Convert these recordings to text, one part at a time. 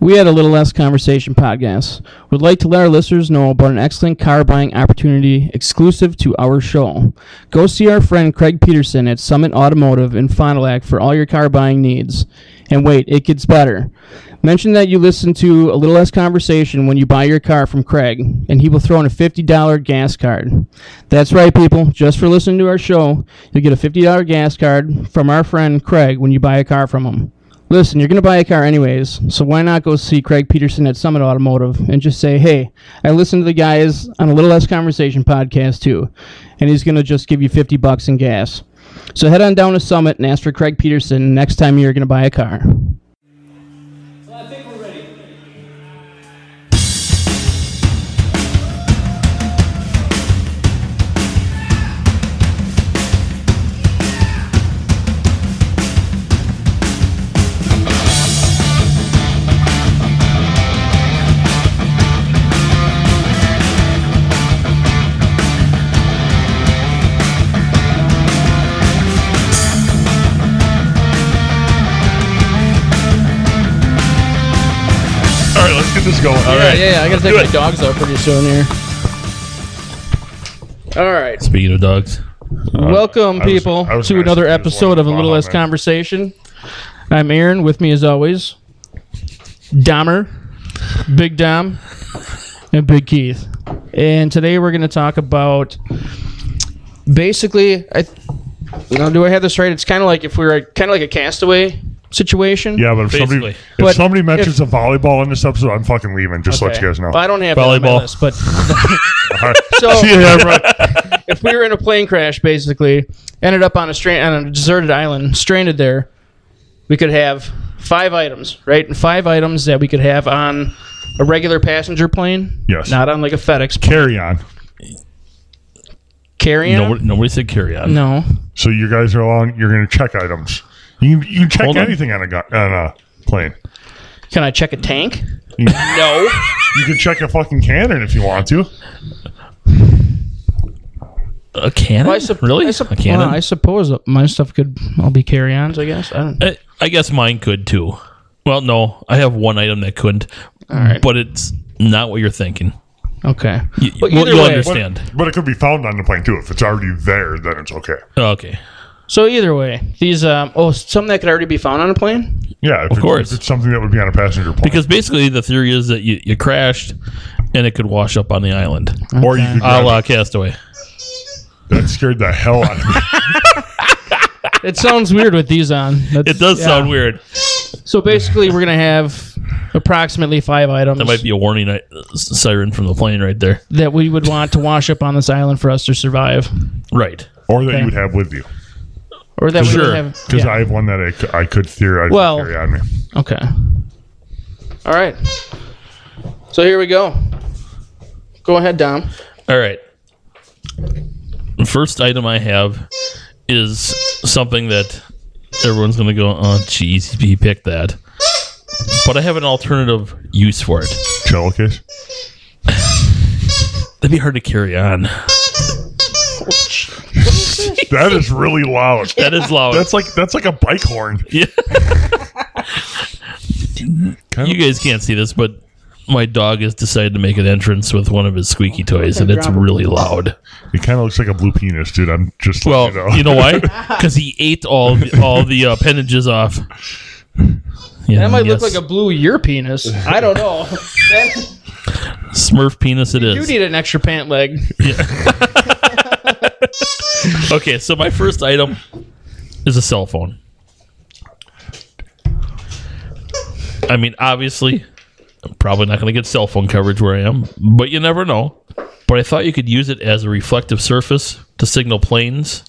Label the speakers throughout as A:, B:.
A: We had a little less conversation podcast. Would like to let our listeners know about an excellent car buying opportunity exclusive to our show. Go see our friend Craig Peterson at Summit Automotive in Fond du Lac for all your car buying needs. And wait, it gets better. Mention that you listen to a little less conversation when you buy your car from Craig, and he will throw in a $50 gas card. That's right, people. Just for listening to our show, you'll get a $50 gas card from our friend Craig when you buy a car from him. Listen, you're going to buy a car anyways, so why not go see Craig Peterson at Summit Automotive and just say, hey, I listened to the guys on a Little Less Conversation podcast too, and he's going to just give you 50 bucks in gas. So head on down to Summit and ask for Craig Peterson next time you're going to buy a car.
B: I think we're ready.
C: All right, let's get this going. All right,
A: yeah, I got to take
C: do
A: my
C: it.
A: dogs out pretty soon here. All right.
D: Speaking of dogs,
A: Welcome,
C: Uh, I was-
A: people,
C: I was
A: to
C: gonna
A: another
C: say, there's
A: episode
C: one
A: of A
C: in
A: Little
C: Baja,
A: Less
C: man.
A: Conversation. I'm Aaron. With me, as always, Dahmer, Big Dom, and Big Keith. And today we're going to talk about basically. I now, do I have this right? It's kind of like if we were kind of like a castaway situation.
C: Yeah, but if somebody,
D: Basically.
C: if
A: But
C: somebody
A: if-
C: mentions a volleyball in this episode, I'm fucking leaving. Just let
A: Okay.
C: you guys know.
A: Well, I don't have volleyball, that on my
D: Volleyball.
A: list, but
C: All right.
A: So-
C: See you, Hamra.
A: if we were in a plane crash, basically, ended up on a strand on a deserted island, stranded there, we could have five items, right? And five items that we could have on a regular passenger plane.
C: Yes.
A: Not on like a FedEx pl-
C: Carry on.
A: carry on.
D: nobody, nobody said carry on.
A: No.
C: So you guys are along. You're going to check items. You can, you can check
D: Hold on.
C: anything on a gu- on a plane.
A: Can I check a tank?
C: You,
A: No.
C: you can check a fucking cannon if you want to.
D: A cannon?
A: I sup-
D: really?
A: I, sup-
D: a cannon?
A: well, I suppose that my stuff could all be carry-ons. I guess. I don't.
D: I, I guess mine could too. Well, no, I have one item that couldn't,
A: right.
D: but it's not what you're thinking.
A: Okay.
D: You,
A: But
D: will
A: either
D: you'll
A: way-
C: But,
D: understand.
C: but it could be found on the plane too. If it's already there, then it's okay.
D: Oh, okay.
A: So either way, these um oh something that could already be found on a plane.
C: Yeah, if of
D: course.
C: It's something that would be on a passenger plane,
D: Because basically, the theory is that you, you crashed and it could wash up on the island.
A: Oh,
C: or you could.
D: A
C: grab-
D: la Castaway.
C: that scared the hell out of me.
A: It sounds weird with these on. That's-
D: It does
A: yeah.
D: sound weird.
A: So basically, we're gonna have approximately five items.
D: That might be a warning uh, s- siren from the plane right there.
A: that we would want to wash up on this island for us to survive,
D: Right.
C: or that
A: Okay.
C: you would have with you.
A: or that we would
D: Sure,
A: have.
C: Because
A: yeah.
C: I have one that I, c- I could theoretically
A: Well-
C: carry on me.
A: okay. All right. So here we go. Go ahead, Dom.
D: All right. The First item I have is something that everyone's going to go, oh, jeez, he picked that. But I have an alternative use for it.
C: Cello case.
D: That'd be hard to carry on.
C: That is really loud.
D: That is loud.
C: That's like that's like a bike horn.
D: yeah. you guys can't see this, but my dog has decided to make an entrance with one of his squeaky toys, and it's really loud.
C: It kind of looks like a blue penis, dude. I'm just
D: Well,
C: letting
D: you know why? Because he ate all all the uh, appendages off. Yeah,
A: That might
D: yes.
A: look like a blue your penis. I don't know. That-
D: Smurf penis it
A: you
D: is.
A: need an extra pant leg.
D: okay, so my first item is a cell phone. I mean, obviously, I'm probably not going to get cell phone coverage where I am, but you never know. But I thought you could use it as a reflective surface to signal planes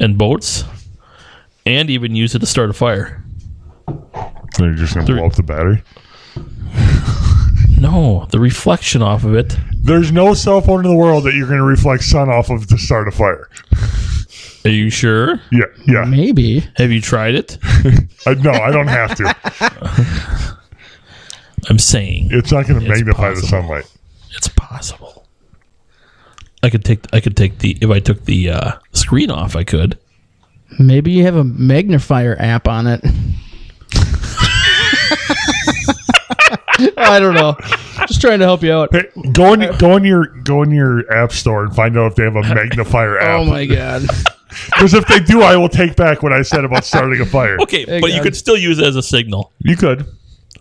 D: and boats, and even use it to start a fire.
C: They're just gonna blow up the battery.
D: No, the reflection off of it.
C: There's no cell phone in the world that you're gonna reflect sun off of to start a fire.
D: Are you sure?
C: Yeah, yeah.
A: Maybe.
D: Have you tried it?
C: I, no, I don't have to.
D: I'm saying.
C: It's not gonna
D: It's
C: magnify the
D: possible.
C: sunlight.
D: It's possible. I could take I could take the if I took the uh, screen off I could.
A: Maybe you have a magnifier app on it. I don't know. Just trying to help you out.
C: Hey, go in, go in your go in your app store and find out if they have a magnifier app.
A: Oh my god.
C: Because if they do, I will take back what I said about starting a fire.
D: Okay,
A: Hey,
D: but you
A: guys.
D: could still use it as a signal.
C: You could,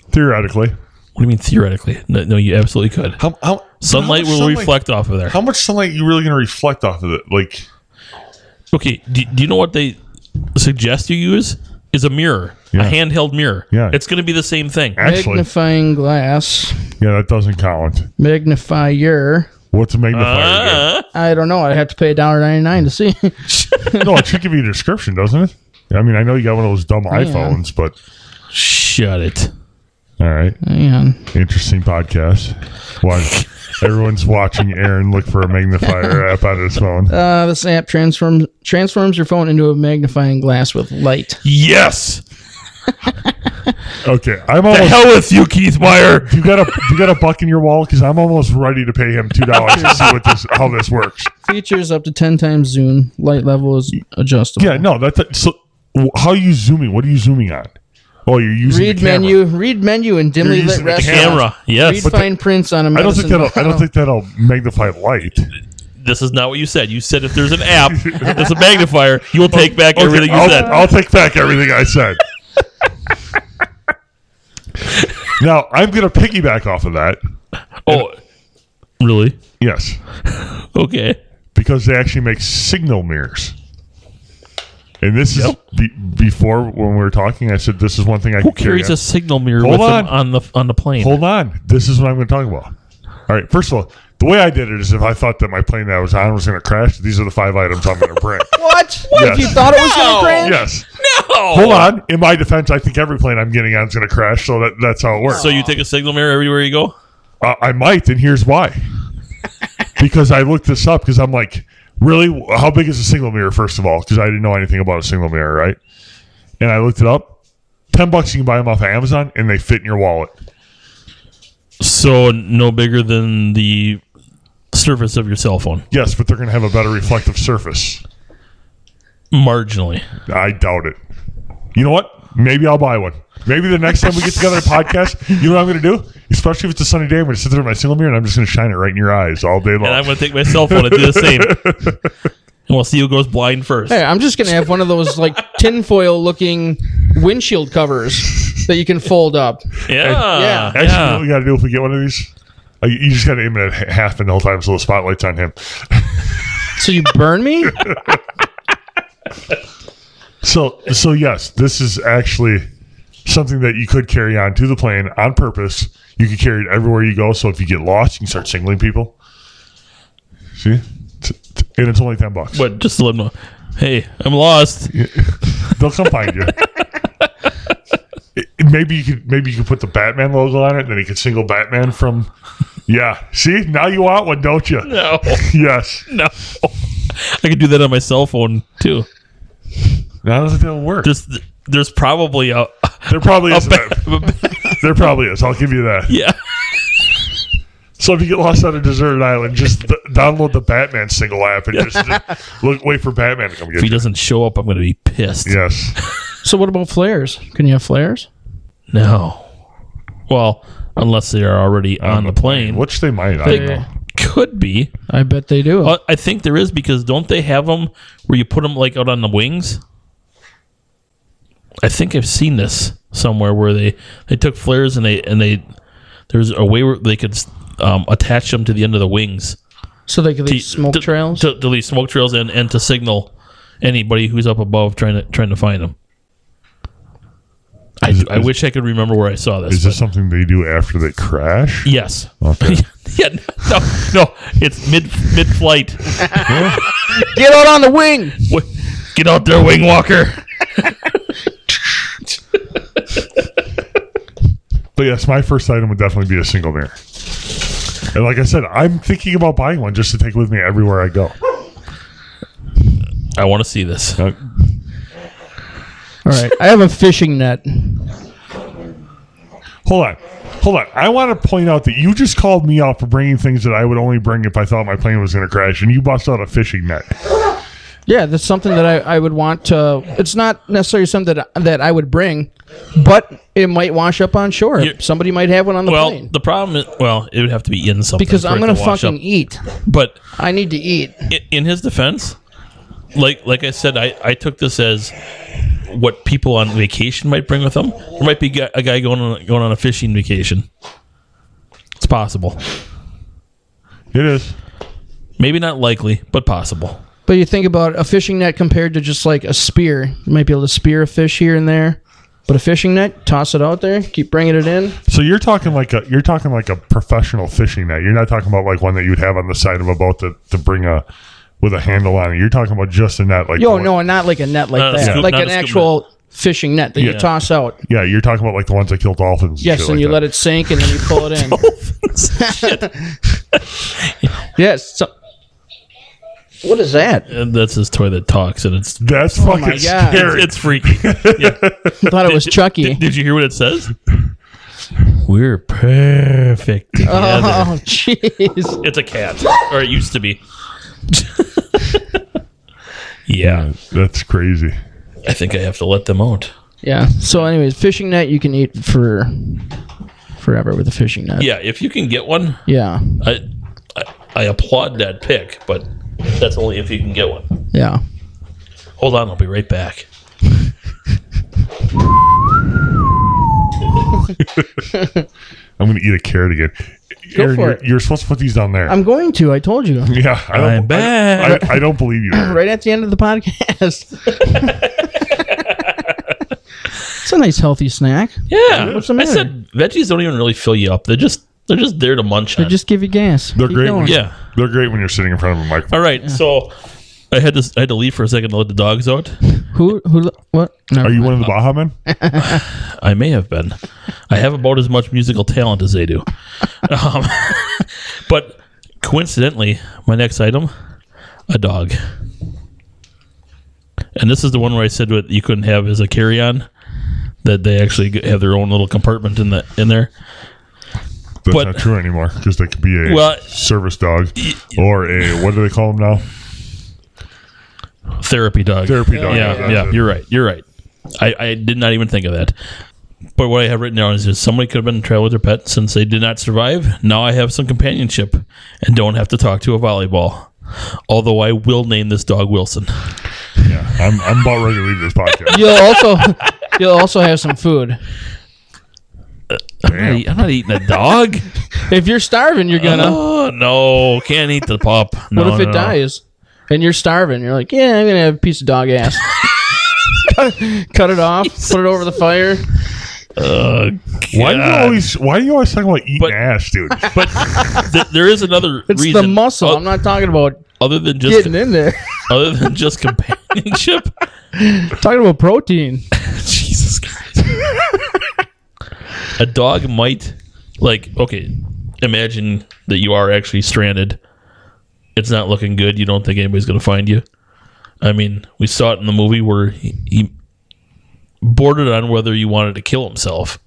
C: theoretically.
D: What do you mean theoretically? No, no you absolutely could.
C: How, how
D: Sunlight
C: how much
D: will reflect off of there.
C: How much sunlight you really going to reflect off of it? Like,
D: Okay, do, do you know what they suggest you use? Is a mirror, a
C: Yeah.
D: handheld mirror.
C: Yeah.
D: It's going to be the same thing.
C: actually,
A: Magnifying glass.
C: yeah, that doesn't count.
A: Magnifier.
C: What's a magnifier?
D: Uh,
A: I don't know. I'd have to pay $1.99 to see.
C: do? no, it should give you a description, doesn't it? I mean, I know you got one of those dumb iPhones, but
D: shut it.
C: all right,
A: Hang on.
C: interesting podcast. Watch. Everyone's watching Aaron look for a magnifier app on his phone.
A: Uh, this app transforms transforms your phone into a magnifying glass with light.
D: Yes.
C: Okay, I'm
D: The
C: almost.
D: hell with you, Keith Meyer.
C: You got a you got a buck in your wallet because I'm almost ready to pay him two dollars to see what this how this works.
A: Features up to ten times zoom. Light level is adjustable.
C: Yeah, no, that's so. wh- How are you zooming? What are you zooming on? Oh, you're using
A: Read
C: the camera.
A: menu. Read menu in dimly
C: You're
A: lit
C: using the
A: restaurant.
D: Camera. Yes.
A: Read fine prints on a
C: I don't think
A: medicine
C: that'll. I don't think that'll magnify light.
D: this is not what you said. You said if there's an app, if there's a magnifier, you will take back
C: Oh, Okay,
D: everything you
C: I'll,
D: said.
C: I'll take back everything I said. now I'm going to piggyback off of that.
D: oh, really?
C: Yes,
D: Okay.
C: because they actually make signal mirrors. And this is
D: Yep.
C: be- before when we were talking. I said this is one thing I
D: Who
C: could carry
D: carries a
C: on.
D: signal mirror
C: Hold
D: with
C: on.
D: them on the on the plane?
C: Hold on. This is what I'm going to talk about. All right. First of all, the way I did it is if I thought that my plane that I was on was going to crash, these are the five items I'm going to bring.
A: What?
C: Yes.
A: You thought it was
D: No.
A: gonna crash?
C: yes.
D: Oh.
C: Hold on. In my defense, I think every plane I'm getting on is going to crash, so that, that's how it works.
D: So you take a signal mirror everywhere you go?
C: Uh, I might, and here's why. because I looked this up because I'm like, really? How big is a single mirror, first of all? Because I didn't know anything about a single mirror, right? And I looked it up. 10 bucks, you can buy them off of Amazon, and they fit in your wallet.
D: So no bigger than the surface of your cell phone,
C: Yes, but they're going to have a better reflective surface.
D: marginally.
C: I doubt it. You know what? Maybe I'll buy one. Maybe the next time we get together to podcast, you know what I'm going to do? Especially if it's a sunny day, I'm going to sit there in my single mirror and I'm just going to shine it right in your eyes all day long.
D: And I'm going to take my cell phone and do the same. And we'll see who goes blind first.
A: Hey, I'm just gonna have one of those like tinfoil looking windshield covers that you can fold up.
D: Yeah.
A: Yeah.
C: Actually, you know what we got to do if we get one of these? Uh, you- You just got to aim it at h- half and the whole time so the spotlight's on him.
A: So you burn me?
C: So, so yes, this is actually something that you could carry on to the plane on purpose. You could carry it everywhere you go. So if you get lost, you can start singling people. See, T- t- and it's only ten bucks.
D: But just to let them know, hey, I'm lost.
C: They'll come find you. It- maybe you could maybe you could put the Batman logo on it, and then you could single Batman from. Yeah, see, now you want one, don't you?
D: No,
C: Yes.
D: no. I could do that on my cell phone too.
C: Now that will work.
D: There's, there's probably a,
C: There probably
D: a
C: is. a- There probably is. I'll give you that.
D: yeah.
C: So if you get lost on a deserted island, just th- download the Batman single app and just, just look, wait for Batman to come
D: If he
C: get you.
D: doesn't show up, I'm going to be pissed.
C: Yes.
A: So what about flares? Can you have flares?
D: No. Well, unless they are already on the plane,
C: Which they might. I don't know.
D: could be.
A: I bet they do.
D: But I think there is because don't they have them where you put them like out on the wings? I think I've seen this somewhere where they they took flares and they and they there's a way where they could um, attach them to the end of the wings
A: so they could
D: to
A: leave smoke
D: to-
A: trails.
D: to, to leave smoke trails and, and to signal anybody who's up above trying to trying to find them. I,
C: Is-
D: I
C: is-
D: wish I could remember where I saw this.
C: Is this something they do after they crash?
D: Yes.
C: Okay.
D: yeah. No. No. It's mid mid flight.
A: Get out on the wing.
D: What? Get out there, wing walker.
C: But yes, my first item would definitely be a single mirror. And like I said, I'm thinking about buying one just to take with me everywhere I go.
D: I want to see this.
C: Uh,
A: All right. I have a fishing net.
C: hold on. Hold on. I want to point out that you just called me out for bringing things that I would only bring if I thought my plane was going to crash, and you bust out a fishing net.
A: Yeah, that's something that I, I would want to. It's not necessarily something that, that I would bring, but it might wash up on shore.
D: You-
A: Somebody might have one on the
D: Well,
A: plane.
D: the problem is, well, it would have to be in something
A: because
D: for
A: I'm
D: it
A: going to
D: wash
A: fucking
D: up.
A: eat.
D: But
A: I need to eat.
D: i- in his defense, like like I said, I, I took this as what people on vacation might bring with them. There might be gu- a guy going on going on a fishing vacation. It's possible.
C: It is.
D: Maybe not likely, but possible.
A: But you think about a fishing net compared to just like a spear. You might be able to spear a fish here and there, but a fishing net, toss it out there, keep bringing it in.
C: So you're talking like a you're talking like a professional fishing net. You're not talking about like one that you'd have on the side of a boat to, to bring a with a handle on it. You're talking about just a net like the
A: Yo,
C: one-
A: no, not like a net like
D: Not a
A: that,
D: scoop-
A: like
D: not
A: an
D: a scoop
A: actual fishing net that you
D: Yeah.
A: toss out.
C: Yeah, you're talking about like the ones that kill dolphins.
A: Yes, and you let it sink and then you pull it in. yes. So, what is that?
D: And that's his toy that talks, and it's
C: That's
A: Oh my
C: fucking
A: God.
C: scary.
D: it's freaky. Yeah.
A: I thought it was Chucky.
D: Did, did you hear what it says? We're perfect together.
A: Oh, jeez.
D: It's a cat, or it used to be. yeah,
C: That's crazy.
D: I think I have to let them out.
A: Yeah. So, anyways, fishing net you can eat for forever with a fishing net.
D: Yeah, if you can get one,
A: Yeah.
D: I I, I applaud that pick, but that's only if you can get one.
A: Yeah.
D: Hold on, I'll be right back.
C: I'm gonna eat a carrot again. Aaron,
A: for
C: you're,
A: it.
C: you're supposed to put these down there.
A: I'm going to. I told you.
C: yeah, I don't,
D: I'm back.
C: I, I don't believe you. Aaron.
A: Right at the end of the podcast. it's a nice healthy snack.
D: Yeah,
A: What's the
D: I said veggies don't even really fill you up. They're just they're just there to munch
A: They
D: on.
A: just give you gas.
C: They're
A: Keep
C: great.
A: going.
C: When,
D: yeah.
C: they're great when you're sitting in front of a microphone.
D: All right, so I had to I had to leave for a second to let the dogs out.
A: Who? Who? What? No.
C: Are you one of the Baja men?
D: I may have been. I have about as much musical talent as they do. Um, but coincidentally, my next item, a dog. And this is the one where I said what you couldn't have is a carry-on. That they actually g- have their own little compartment in the in there.
C: That's
D: But-
C: not true anymore because they could be a
D: Well-
C: service dog or a what do they call them now?
D: Therapy dog.
C: Therapy dog.
D: Oh, Yeah,
C: that's
D: yeah,
C: it.
D: you're right. You're right. I, I did not even think of that. But what I have written down is just somebody could have been in trouble with their pet since they did not survive. Now I have some companionship and don't have to talk to a volleyball. Although I will name this dog Wilson.
C: yeah. I'm, I'm about ready to leave this podcast.
A: You'll also. You'll also have some food.
D: I'm not,
C: Damn.
D: eat- I'm not eating a dog.
A: If you're starving, you're gonna.
D: oh, no, can't eat the pup. No,
A: What if
D: no,
A: it
D: no.
A: dies? And you're starving. You're like, yeah, I'm gonna have a piece of dog ass. Cut it off. Put it over the fire.
D: Ugh,
C: Why do you
D: God.
C: always Why do you always talk about eating
D: But-
C: ass, dude?
D: But th- there is another
A: It's
D: reason.
A: the muscle.
D: o-
A: I'm not talking about
D: other than just
A: getting in there.
D: other than just companionship.
A: talking about protein.
D: Jesus Christ. a dog might like okay, imagine that you are actually stranded. It's not looking good. You don't think anybody's going to find you. I mean, we saw it in the movie where he, he bordered on whether you wanted to kill himself.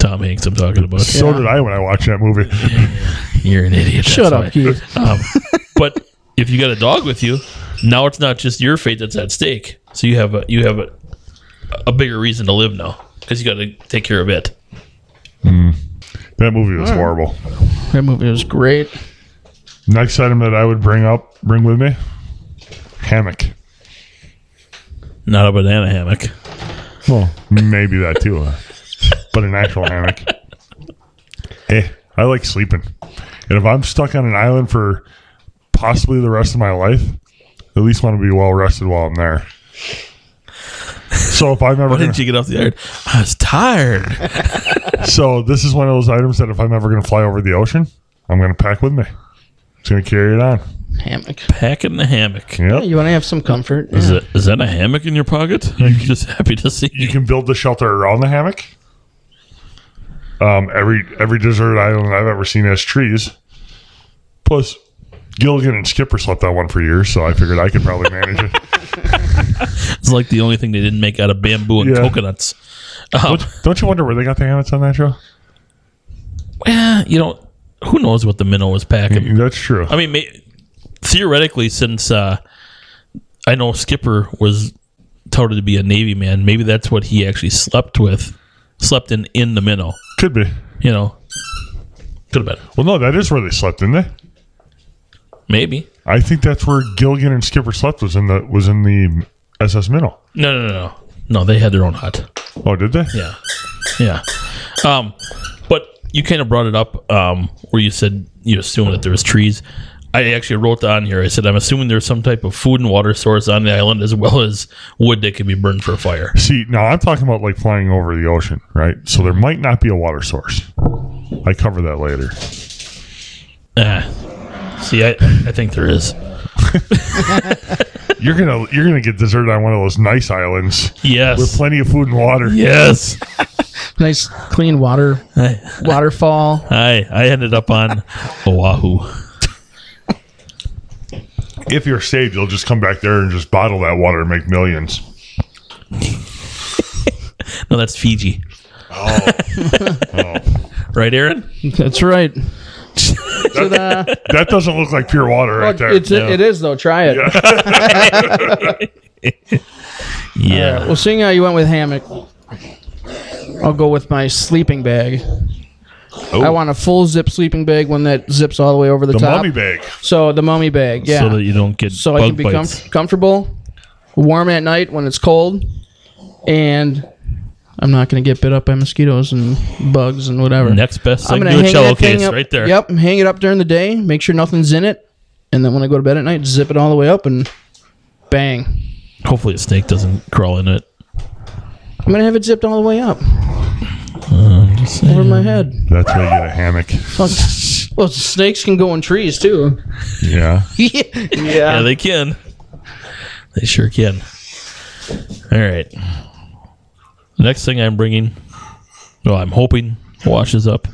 D: Tom Hanks, I'm talking about.
C: So did I when I watched that movie.
D: You're an idiot.
A: Shut
D: that's
A: up,
D: why.
A: Keith.
D: Um, but if you got a dog with you, now it's not just your fate that's at stake. So you have a you have a a bigger reason to live now because you got to take care of it.
C: That movie was horrible.
A: That movie was great.
C: Next item that I would bring up, bring with me, hammock.
D: Not a banana hammock.
C: Well, maybe that too, uh, but an actual hammock. Hey, I like sleeping, and if I'm stuck on an island for possibly the rest of my life, at least want to be well rested while I'm there. So if I'm ever
D: Why
C: gonna,
D: didn't you get off the yard? I was tired.
C: so this is one of those items that if I'm ever going to fly over the ocean, I'm going to pack with me. Just going to carry it on.
A: Hammock.
D: Packing the hammock.
C: Yep.
A: You want to have some comfort.
D: Is
A: Yeah.
D: that, is that a hammock in your pocket? I'm just happy to see
C: you can build the shelter around the hammock. Um, every every desert island I've ever seen has trees. Plus, Gilligan and Skipper slept on one for years, so I figured I could probably manage it.
D: It's like the only thing they didn't make out of bamboo and
C: Yeah.
D: coconuts. Um,
C: Don't you wonder where they got the hammocks on that show?
D: eh, you know, who knows what the minnow was packing?
C: That's true.
D: I mean, may, theoretically, since uh, I know Skipper was touted to be a Navy man. Maybe that's what he actually slept with, slept in in the minnow.
C: Could be.
D: You know, could have been
C: Well, no, that is where they slept, didn't they?
D: maybe.
C: I think that's where Gilligan and Skipper slept was in the was in the SS Minnow.
D: No, no, no, no. No, they had their own hut.
C: Oh, did they?
D: Yeah, yeah. Um, but you kind of brought it up um, where you said you assumed that there was trees. I actually wrote down here. I said I'm assuming there's some type of food and water source on the island as well as wood that can be burned for fire.
C: See, now I'm talking about like flying over the ocean, right? So there might not be a water source. I cover that later.
D: Ah, see, I, I think there is.
C: You're gonna you're gonna get deserted on one of those nice islands with
D: Yes.
C: plenty of food and water.
D: Yes.
A: Nice clean water
D: I,
A: waterfall.
D: I I ended up on Oahu.
C: If you're saved, you'll just come back there and just bottle that water and make millions.
D: No, that's Fiji.
A: Oh.
D: right, Aaron?
A: That's right. Ta-da.
C: That doesn't look like pure water right there.
A: it's, It is though. Try it.
D: Yeah.
A: Well, seeing how you went with hammock, I'll go with my sleeping bag.
D: Oh.
A: I want a full zip sleeping bag, one that zips all the way over the,
C: the
A: top.
C: mummy bag.
A: So the mummy bag, yeah.
D: So that you don't get
A: so
D: bug
A: I can be
D: bites.
A: comf- comfortable, warm at night when it's cold, and I'm not going to get bit up by mosquitoes and bugs and whatever.
D: Next best
A: I'm
D: thing
A: gonna
D: to a
A: hang
D: cello
A: that thing
D: case
A: up-
D: right there.
A: Yep, hang it up during the day, make sure nothing's in it, and then when I go to bed at night, zip it all the way up and bang.
D: Hopefully a snake doesn't crawl in it.
A: I'm going to have it zipped all the way up
D: Just
A: over
D: saying.
A: my head.
C: That's how you get a hammock.
A: Fuck. Well, snakes can go in trees too.
C: Yeah.
A: yeah.
D: Yeah, they can. They sure can. All right. Next thing I'm bringing, well, I'm hoping washes up.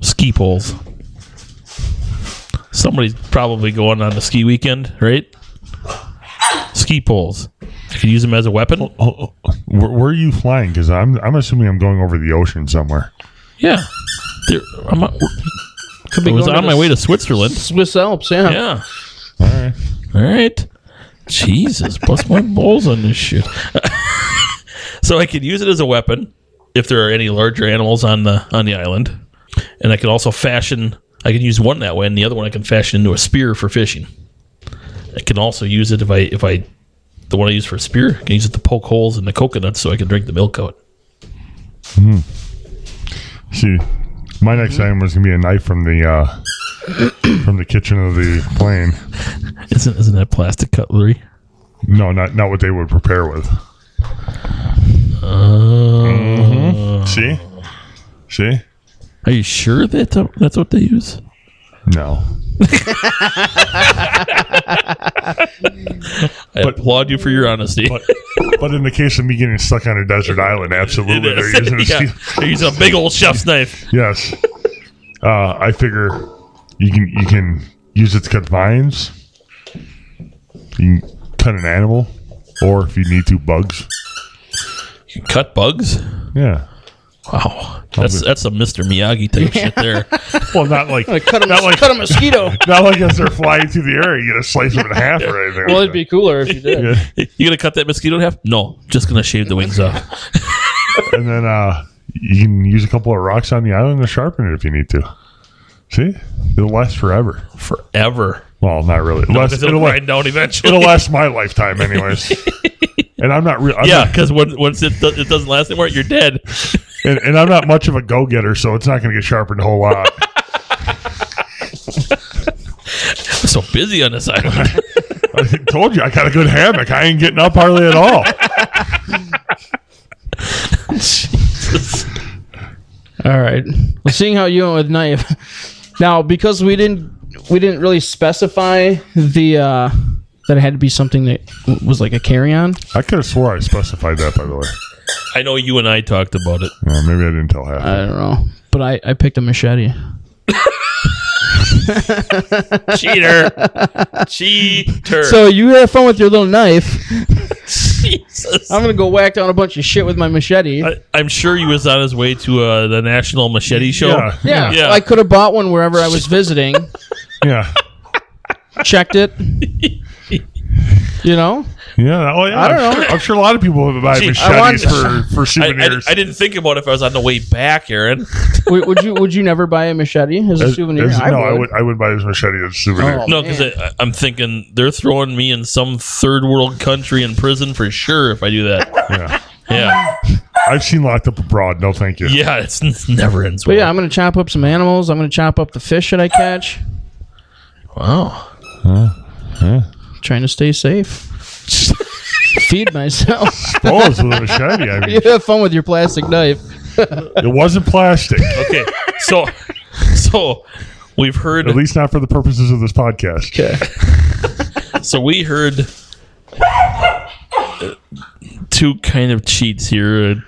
D: Ski poles. Somebody's probably going on the ski weekend, right? Ski poles. You can use them as a weapon.
C: Oh, oh, where, where are you flying? Because I'm I'm assuming I'm going over the ocean somewhere.
D: Yeah. They're- I'm not-
A: Could
D: it was
A: going
D: on my
A: the
D: way to Switzerland.
A: Swiss Alps. Yeah.
D: Yeah.
C: All right.
D: All right. Jesus, bust my balls on this shit. so I could use it as a weapon if there are any larger animals on the on the island, and I can also fashion. I can use one that way, and the other one I can fashion into a spear for fishing. I can also use it if I if I the one I use for a spear I can use it to poke holes in the coconuts so I can drink the milk out.
C: See, my
A: Mm-hmm.
C: next item was gonna be a knife from the uh, from the kitchen of the plane.
D: Isn't isn't that plastic cutlery?
C: No, not not what they would prepare with. Mhm. See, see,
D: Are you sure that that's what they use?
C: no.
D: I applaud you for your honesty.
C: But but in the case of me getting stuck on a desert island,
D: It
C: absolutely
D: is.
C: they're using a
D: yeah.
C: steel-
D: They use a big old chef's knife.
C: Yes. Uh, I figure you can you can use it to cut vines. You can cut an animal, or if you need to, bugs.
D: You can cut bugs.
C: Yeah.
D: Wow, that's that's a Mr. Miyagi type shit there.
C: Well, not like
A: I cut a,
C: not like
A: cut a mosquito.
C: not like as they're flying through the air, you get a slice them in half or anything.
A: well,
C: like
A: it'd be cooler if you did.
C: that. Yeah.
D: You gonna cut that mosquito in half? No, just gonna shave the wings off.
C: And then uh, you can use a couple of rocks on the island to sharpen it if you need to. See, it'll last forever.
D: Forever.
C: Well, not really. It'll last,
D: 'Cause it'll
C: it'll, la-
D: grind down eventually.
C: it'll last my lifetime, anyways. and I'm not real. I'm
D: yeah,
C: not-
D: because once it, do- it doesn't last anymore, you're dead.
C: and, and I'm not much of a go getter, so it's not going to get sharpened a whole lot.
D: I'm so busy on this island.
C: I told you I got a good hammock. I ain't getting up hardly at all.
A: All right. Well, seeing how you went with knife. Now, because we didn't we didn't really specify the uh, that it had to be something that w- was like a carry on.
C: I could have swore I specified that, by the way.
D: I know you and I talked about it.
C: Uh, maybe I didn't tell half.
A: I don't know, but I I picked a machete.
D: Cheater, cheater.
A: So you have fun with your little knife.
D: Jesus.
A: I'm gonna go whack down a bunch of shit with my machete.
C: Uh,
D: I, I'm sure he was on his way to uh, the national machete show.
C: yeah,
A: yeah,
D: Yeah.
A: I could have bought one wherever I was visiting.
C: yeah.
A: checked it. You know?
C: Yeah. Oh, yeah.
A: I don't
C: am
A: know.
C: Sure, I'm sure a lot of people have buy
D: Gee, I
C: machetes for,
A: want-
C: for
D: I, I,
C: souvenirs.
D: I didn't think about if I was on the way back, Aaron.
A: would, would you would you never buy a machete as a
C: As-
A: souvenir?
C: as- no, I would. I would buy this machete as a souvenir.
A: Oh.
D: No, because I'm thinking they're throwing me in some third world country in prison for sure if I do that.
C: Yeah.
D: Yeah,
C: I've seen locked up abroad. No, thank you.
D: yeah, it's, it never ends.
A: But
D: Well.
A: yeah, I'm gonna chop up some animals. I'm gonna chop up the fish that I catch.
D: wow.
A: Trying to stay safe. Feed myself.
C: Balls with a machete. I
A: you
C: mean,
A: have fun with your plastic knife.
C: it wasn't plastic.
D: Okay, so so we've heard.
C: At least not for the purposes of this podcast.
A: Okay.
D: So we heard uh, two kind of cheats here.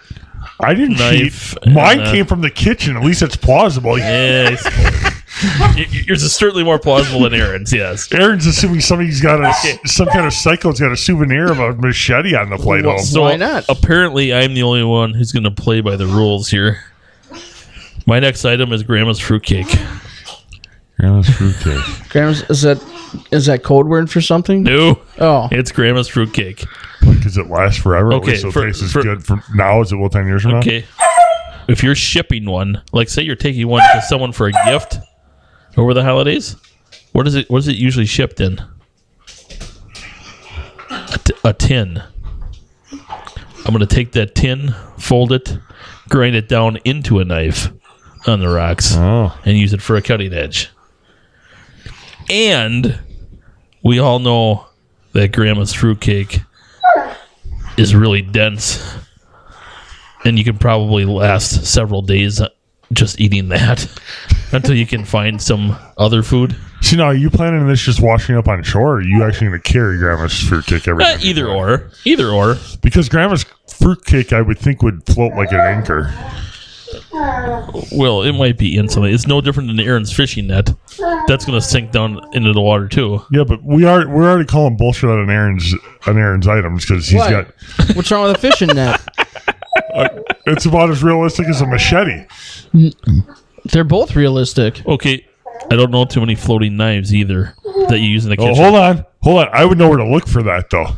C: I didn't
D: Knife
C: cheat. Mine
D: and, uh,
C: came from the kitchen. At least it's plausible.
D: Yes. Uh, Y- y- Yours is certainly more plausible than Aaron's. Yes.
C: Aaron's assuming somebody's got a some kind of psycho's got a souvenir of a machete on the plate.
A: Well,
C: home.
A: so- Why not?
D: Apparently, I'm the only one who's going to play by the rules here. My next item is Grandma's fruitcake.
A: Grams is that is that code word for something?
D: No,
A: Oh.
D: it's Grandma's fruitcake.
C: Because it lasts forever.
D: Okay,
C: Okay, so
D: for-
C: tastes as
D: for-
C: good from now as it will ten years from
D: Okay. If you're shipping one, like say you're taking one to someone for a gift over the holidays, what is it? What is it usually shipped in? A, t- a tin. I'm gonna take that tin, fold it, grind it down into a knife on the rocks,
C: now. Oh,
D: and use it for a cutting edge. And we all know that grandma's fruitcake is really dense and you can probably last several days just eating that until you can find some other food.
C: so now are you planning on this just washing up on shore? Or are you actually going to carry grandma's fruitcake every
D: Uh,
C: time?
D: either or, either or.
C: Because grandma's fruitcake, I would think, would float like an anchor.
D: Well, it might be in something. It's no different than Aaron's fishing net. That's gonna sink down into the water too.
C: Yeah, but we are we're already calling bullshit on Aaron's on Aaron's items because he's
A: Why?
C: got
A: What's wrong with a fishing net?
C: uh, it's about as realistic as a machete.
A: They're both realistic.
D: Okay, I don't know too many floating knives either that you use in the
C: Oh,
D: kitchen.
C: hold on, hold on. I would know where to look for that though.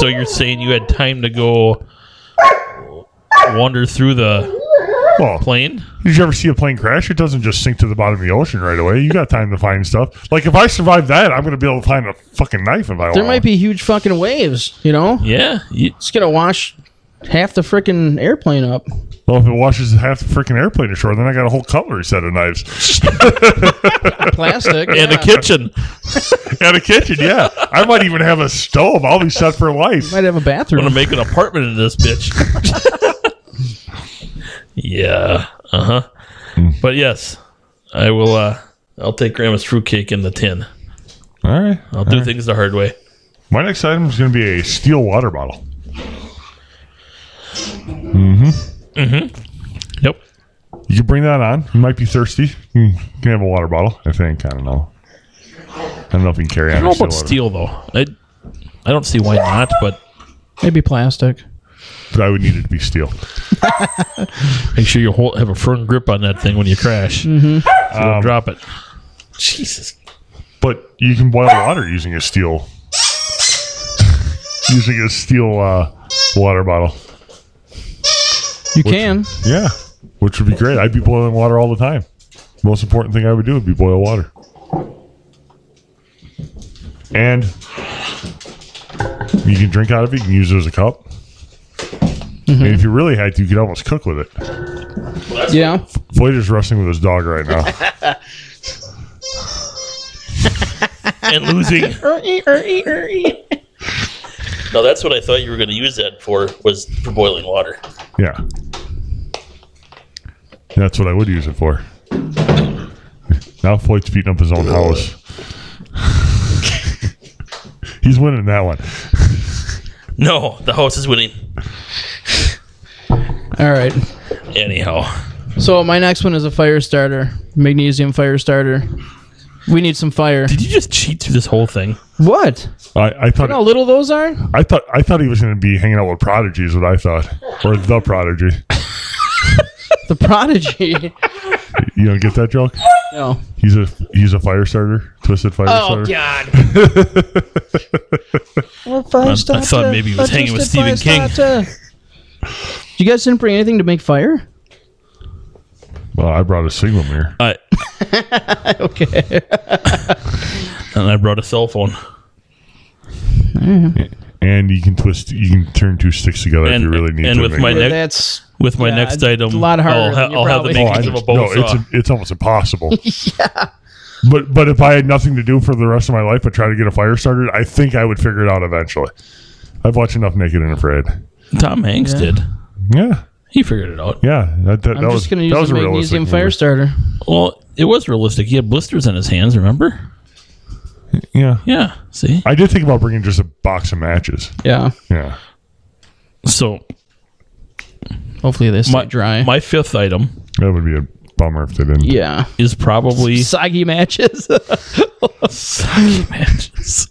D: So you're saying you had time to go wander through the
C: Well,
D: plane?
C: Did you ever see a plane crash? It doesn't just sink to the bottom of the ocean right away. You got time to find stuff. Like if I survive that, I'm gonna be able to find a fucking knife if I want.
A: There might be huge fucking waves, you know?
D: Yeah, you,
A: It's gonna wash half the freaking airplane up.
C: Well, if it washes half the freaking airplane ashore, then I got a whole cutlery set of knives
A: Plastic.
D: and the
A: yeah.
D: kitchen.
C: and a kitchen. Yeah, I might even have a stove. I'll be set for life.
A: might have a
D: I'm
A: bathroom.
D: gonna make an apartment in this bitch. yeah. Uh huh. But yes, I will. uh I'll take Grandma's fruitcake in the tin.
C: All right.
D: I'll do things the hard way.
C: My next item is gonna be a steel water bottle.
D: Yep.
C: You can bring that on. You might be thirsty. You can have a water bottle. I think. I don't know. I don't know if you can carry
D: I
C: on.
D: don't know
C: a
D: about
C: water-
D: steel though. I I don't see why not, but
A: Maybe plastic.
C: but I would need it to be steel.
D: make sure you hold, have a firm grip on that thing when you crash. Mm-hmm. So
C: Um,
D: don't drop it. Jesus.
C: But you can boil water using a steel, using a steel uh, water bottle.
A: You can.
C: Yeah, which would be great. I'd be boiling water all the time. Most important thing I would do would be boil water. And you can drink out of it. You can use it as a cup. And if you really had to, you could almost cook with it.
A: Yeah.
C: Floyd is wrestling with his dog right now.
D: And losing. no, that's what I thought you were going to use that for was for boiling water.
C: Yeah. That's what I would use it for. Now Floyd's beating up his own house. He's winning that one.
D: No, the house is winning.
A: All right.
D: Anyhow.
A: So my next one is a fire starter, magnesium fire starter. We need some fire.
D: Did you just cheat through this whole thing?
A: What?
C: I, I
A: How
C: thought
A: little those are?
C: I thought I thought he was going to be hanging out with Prodigy is what I thought, or the Prodigy.
A: The prodigy.
C: You don't get that joke?
A: No.
C: He's a he's a fire starter, twisted fire starter.
A: God.
D: I, I thought maybe he was hanging with Stephen King.
A: You guys didn't bring anything to make fire?
C: Well, I brought a signal mirror.
D: I,
A: Okay.
D: and I brought a cell phone.
C: And you can twist you can turn two sticks together if
D: And-
C: you really need
D: and
C: to.
D: with
C: make
D: my
C: it.
D: neck-
A: That's
D: With my
A: Yeah,
D: next
A: it's
D: item,
A: a lot harder
D: I'll,
A: than
D: ha-
A: you
D: I'll have the
A: probably
C: Oh, I
D: makings of a
C: know.
D: bow
C: no, it's
D: saw.
C: a, it's almost impossible. But but if I had nothing to do for the rest of my life but try to get a fire started, I think I would figure it out eventually. I've watched enough Naked and Afraid.
D: Tom Hanks
A: Yeah.
D: did.
C: Yeah,
D: He figured it out.
C: yeah. That, that,
A: I'm
C: that
A: just
C: was,
A: gonna
C: that
A: use
C: was
A: a
C: a realistic
A: magnesium
C: movie.
A: fire starter.
D: Well, it was realistic. He had blisters on his hands. Remember?
C: Yeah,
D: Yeah. See.
C: I did think about bringing just a box of matches.
A: Yeah.
C: Yeah,
D: So
A: Hopefully they stay
D: my
A: dry.
D: my fifth item
C: that would be a bummer if they didn't.
A: yeah.
D: is probably
A: Soggy matches.
D: Soggy matches.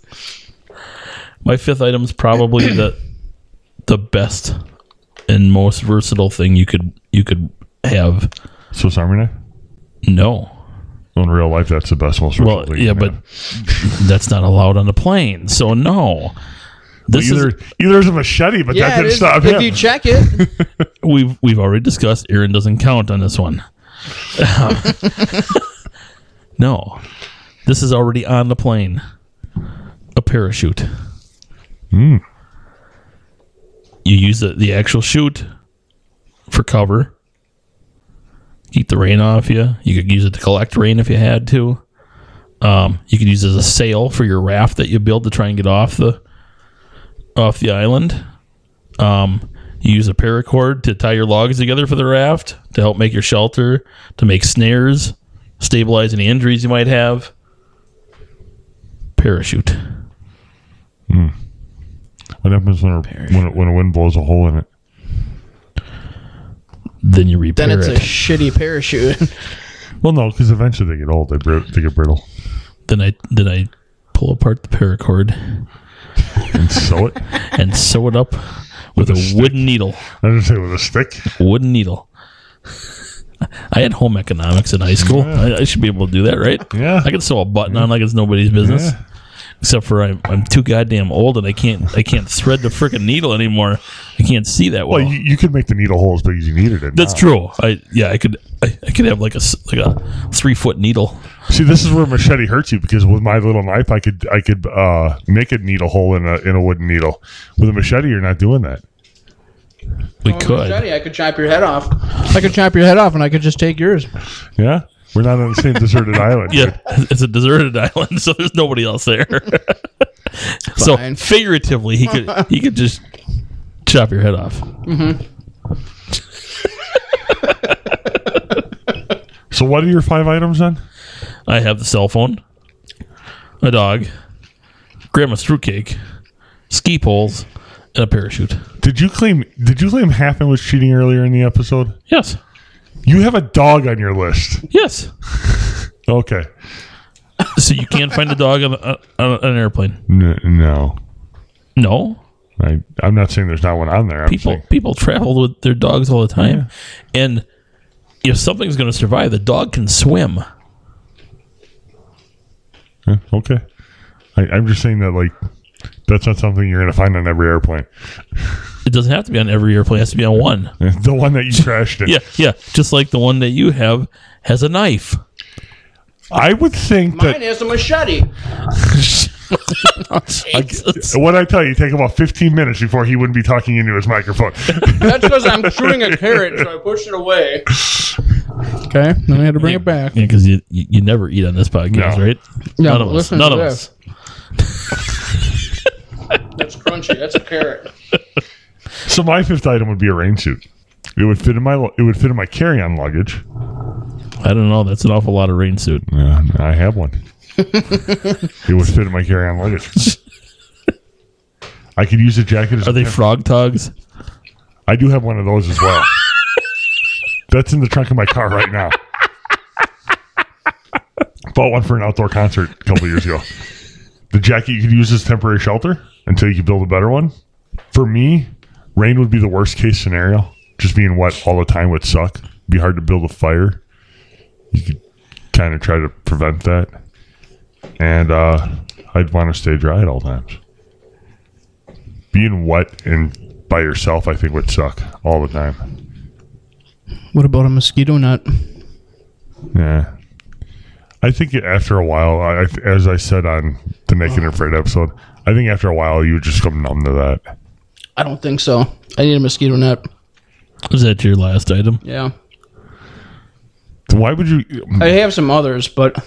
D: My fifth item is probably the the best and most versatile thing you could you could have.
C: Swiss Army knife.
D: No,
C: In real life, that's the best most. versatile
D: well,
C: thing
D: yeah,
C: you can
D: but
C: have.
D: that's not allowed on the plane. So no, this
C: either
D: is
C: either is a machete, but that
A: yeah, it
C: didn't
A: is.
C: stop
A: if
C: him.
A: you check it.
D: we've we've already discussed. Aaron doesn't count on this one. Um, no, this is already on the plane. A parachute. You use the, the actual chute for cover. Keep the rain off you. You could use it to collect rain if you had to. Um, you could use it as a sail for your raft that you build to try and get off the off the island. Um, you use a paracord to tie your logs together for the raft to help make your shelter, to make snares, stabilize any injuries you might have. Parachute.
C: what happens when a, when, a, when a wind blows a hole in it?
D: Then you repair
A: Then it's a
D: it.
A: shitty parachute.
C: Well, no, because eventually they get old. They, br- they get brittle
D: then I then I pull apart the paracord
C: and sew it.
D: and sew it up with,
C: a
D: a,
C: stick.
D: wooden needle.
C: I didn't say with a stick.
D: Wooden needle. I had home economics in high school. I, I should be able to do that, right?
C: Yeah.
D: I can sew a button on like it's nobody's business.
C: Yeah.
D: except for I'm, I'm too goddamn old and I can't I can't thread the freaking needle anymore. I can't see that well.
C: Well, you, Uh, you could make the needle hole as big as you needed it.
D: That's true. I yeah I could I, I could have like a s- like a three foot needle.
C: See, this is where machete hurts you because with my little knife, I could I could uh, make a needle hole in a in a wooden needle. With a machete, you're not doing that.
D: We could.
A: I could chop your head off. I could chop your head off and I could just take yours.
C: Yeah, we're not on the same deserted island.
D: Yeah, it's a deserted island, so there's nobody else there. so
A: Fine.
D: figuratively, he could he could just chop your head off.
C: So, what are your five items then?
D: I have the cell phone, a dog, grandma's fruitcake, ski poles, and a parachute.
C: Did you claim Did you claim Happen was cheating earlier in the episode?
D: Yes,
C: You have a dog on your list.
D: yes.
C: Okay.
D: So you can't find a dog on, a, on an airplane.
C: N- no,
D: No,
C: I I'm not saying there's not one on there. I'm
D: people
C: saying-
D: people travel with their dogs all the time, and if something's going to survive, the dog can swim.
C: Yeah, okay. I, I'm just saying that like that's not something you're gonna find on every airplane.
D: It doesn't have to be on every airplane; it has to be on one.
C: The one that you crashed in.
D: Yeah, yeah. Just like the one that you have has a knife.
C: I would think that
A: is a machete.
D: Jesus.
C: what I tell you, take about 15 minutes before he wouldn't be talking into his microphone.
A: That's because I'm chewing a carrot, so I push it away. Okay, then I had to bring it back.
D: Yeah, because you, you you never eat on this podcast,
C: No.
D: right?
A: Yeah,
D: None
A: but
D: of us.
A: listen
D: None
A: to
D: of
A: this.
D: us.
A: That's crunchy. That's a carrot.
C: so my fifth item would be a rain suit. It would fit in my it would fit in my carry-on luggage.
D: I don't know. That's an awful lot of rain suit.
C: Yeah, I have one. it would fit in my carry-on luggage. I could use a jacket. As
D: Are
C: a
D: they
C: pin-
D: frog togs?
C: I do have one of those as well. That's in the trunk of my car right now. Bought one for an outdoor concert a couple years ago. The jacket you could use as temporary shelter until you could build a better one. For me, rain would be the worst case scenario. Just being wet all the time would suck. Be hard to build a fire. You could kind of try to prevent that. And uh, I'd want to stay dry at all times. Being wet and by yourself, I think, would suck all the time.
A: What about a mosquito net?
C: Yeah. I think after a while, I, I- as I said on the Naked and Afraid episode, I think after a while you would just come numb to that.
A: I don't think so. I need a mosquito net.
D: Is that your last item?
A: Yeah.
C: Then Why would you?
A: I have some others, but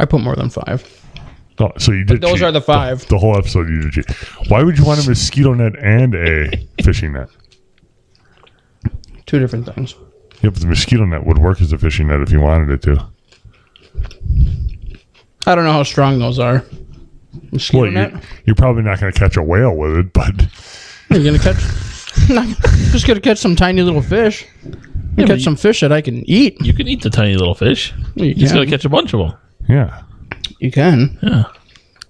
A: I put more than five.
C: Oh, so you did.
A: Those
C: cheat.
A: are the five.
C: The whole episode you did. Cheat. Why would you want a mosquito net and a fishing net?
A: Two different things.
C: Yeah, but the mosquito net would work as a fishing net if you wanted it to.
A: I don't know how strong those are. Mosquito
C: Well,
A: net?
C: you, you're probably not going to catch a whale with it, but
A: You're gonna catch. just gonna catch some tiny little fish. You catch some fish that I can eat.
D: You can eat the tiny little fish.
A: You
D: You just
A: can.
D: gotta catch a bunch of them.
C: yeah.
A: you can.
D: Yeah.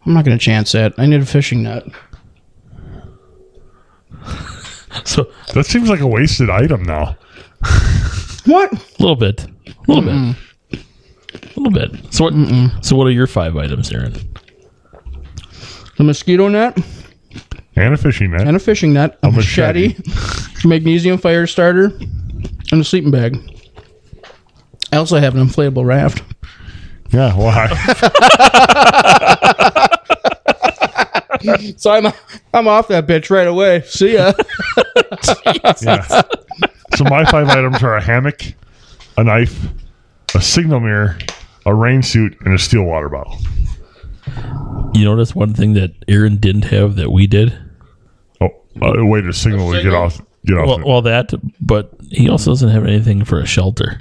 A: I'm not gonna chance that. I need a fishing net.
D: So
C: That seems like a wasted item now.
A: What?
D: a little bit, a little bit, a little bit. So what? So what are your five items, Aaron?
A: A mosquito net
C: And a fishing net.
A: and a fishing net, a,
C: machete.
A: machete, magnesium fire starter, and a sleeping bag. I also have an inflatable raft.
C: yeah, why?
A: So I'm I'm off that bitch right away. See ya.
C: yeah. So my five items are a hammock, a knife, a signal mirror, a rain suit, and a steel water bottle.
D: You notice one thing that Aaron didn't have that we did.
C: Oh, uh, wait a signal. to Get off. Get off.
D: Well,
A: Mm-hmm.
D: well, that, but he also doesn't have anything for a shelter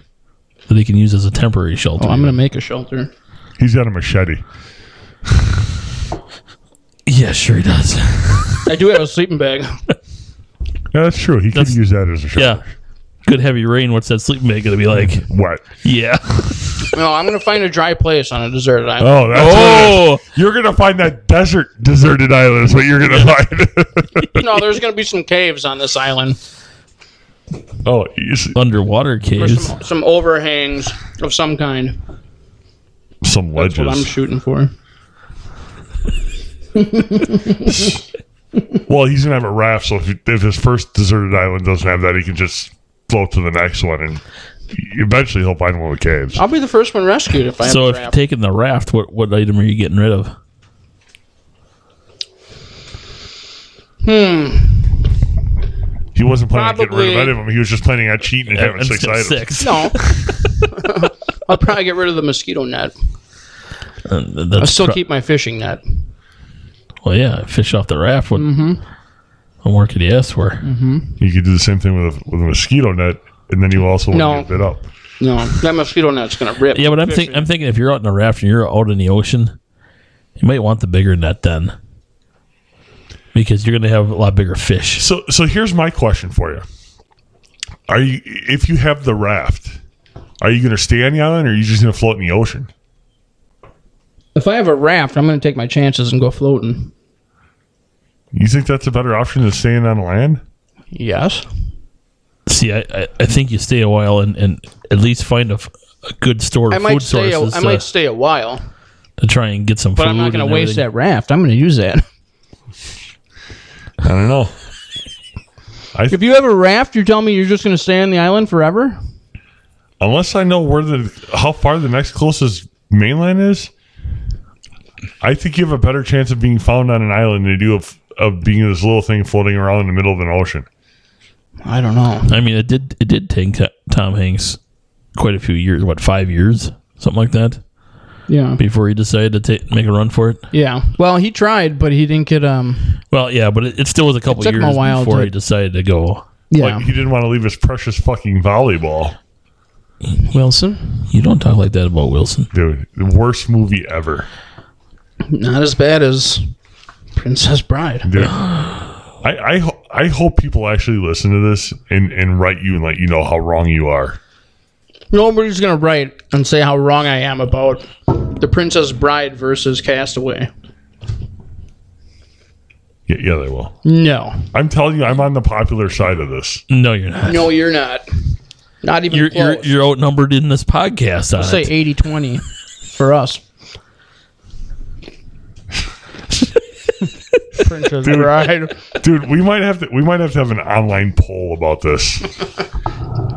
D: that he can use as a temporary shelter.
A: Oh, I'm gonna make a shelter.
C: He's got a machete.
D: yeah, sure he does.
A: I do have a sleeping bag.
C: Yeah, that's true. He could
D: That's-
C: use that as a shelter.
D: yeah. Good heavy rain. What's that sleep bag gonna be like?
A: Mm-hmm.
C: Wet.
D: Yeah.
A: No, I'm gonna find a dry place on a deserted island.
C: Oh, that's what it is.
D: Oh,
C: You're gonna find that desert deserted island is what you're gonna find.
D: Oh.
A: No, there's gonna be some caves on this island.
C: oh, you see-
D: underwater
A: Or
D: caves.
A: some, some overhangs of some kind.
C: some
A: That's what I'm
C: ledges.
A: shooting for.
C: Well, he's gonna have a raft, so if, you- if his first deserted island doesn't have that, he can just float to the next one, and eventually he'll find one of the caves.
A: I'll be the first one rescued if I have
D: So
A: a
D: if you're
A: trap.
D: taking the raft, what what item are you getting rid of?
C: He wasn't planning on getting rid of any
A: Probably-
C: of them. He was just planning on cheating and having
D: I'm
C: six
D: just gonna
C: items.
D: six.
A: no. I'll probably get rid of the mosquito net.
D: Uh,
A: I'll
D: that's
A: still
D: pro-
A: keep my fishing net.
D: Well, yeah, fish off the raft. What,
A: Mm-hmm.
D: what more could you ask for?
C: You could do the same thing with a, with a mosquito net, and then you also
A: No.
C: wouldn't get bit up.
A: No, that mosquito net's gonna rip.
D: Yeah, but I'm think, I'm thinking if you're out in a raft and you're out in the ocean, you might want the bigger net then, because you're going to have a lot bigger fish.
C: So, so here's my question for you: Are you, if you have the raft, are you going to stay on the island, or are you just going to float in the ocean?
A: If I have a raft, I'm gonna take my chances and go floating.
C: You think that's a better option than staying on land?
A: Yes.
D: See, I, I, I think you stay a while and, and at least find a, f- a good store of
A: I
D: food uh,
A: might stay. A,
D: sources
A: I might
D: to,
A: stay a while,
D: to try and get some food.
A: but I'm not gonna
D: and
A: waste
D: everything.
A: that raft. I'm gonna use that.
C: I don't know. I
A: If you have a raft, you're telling me you're just gonna stay on the island forever?
C: unless I know where the how far the next closest mainland is. I think you have a better chance of being found on an island than you do of, of being this little thing floating around in the middle of an ocean.
A: I don't know.
D: I mean, it did it did take T- Tom Hanks quite a few years, what five years, something like that,
A: Yeah.
D: before he decided to take, make a run for it.
A: Yeah. Well, he tried, but he didn't get um.
D: Well, yeah, but it, it still was a couple
A: took him
D: years
A: a while
D: before
A: to-
D: he decided to go.
A: Yeah.
C: Like he didn't want to leave his precious fucking volleyball,
A: Wilson.
D: You don't talk like that about Wilson.
C: dude. The worst movie ever.
A: Not as bad as Princess Bride.
C: Dude, I, I, ho- I hope people actually listen to this and, and write you and let you know how wrong you are.
A: Nobody's gonna write and say how wrong I am about the Princess Bride versus Castaway.
C: Yeah, yeah, they will.
A: No.
C: I'm telling you, I'm on the popular side of this.
D: No, you're not.
A: No, you're not. Not even
D: You're,
A: close.
D: you're, you're outnumbered in this podcast on
A: say
D: it.
A: 80 20 for us. Printers, right?
C: dude. We might have to. We might have to have an online poll about this,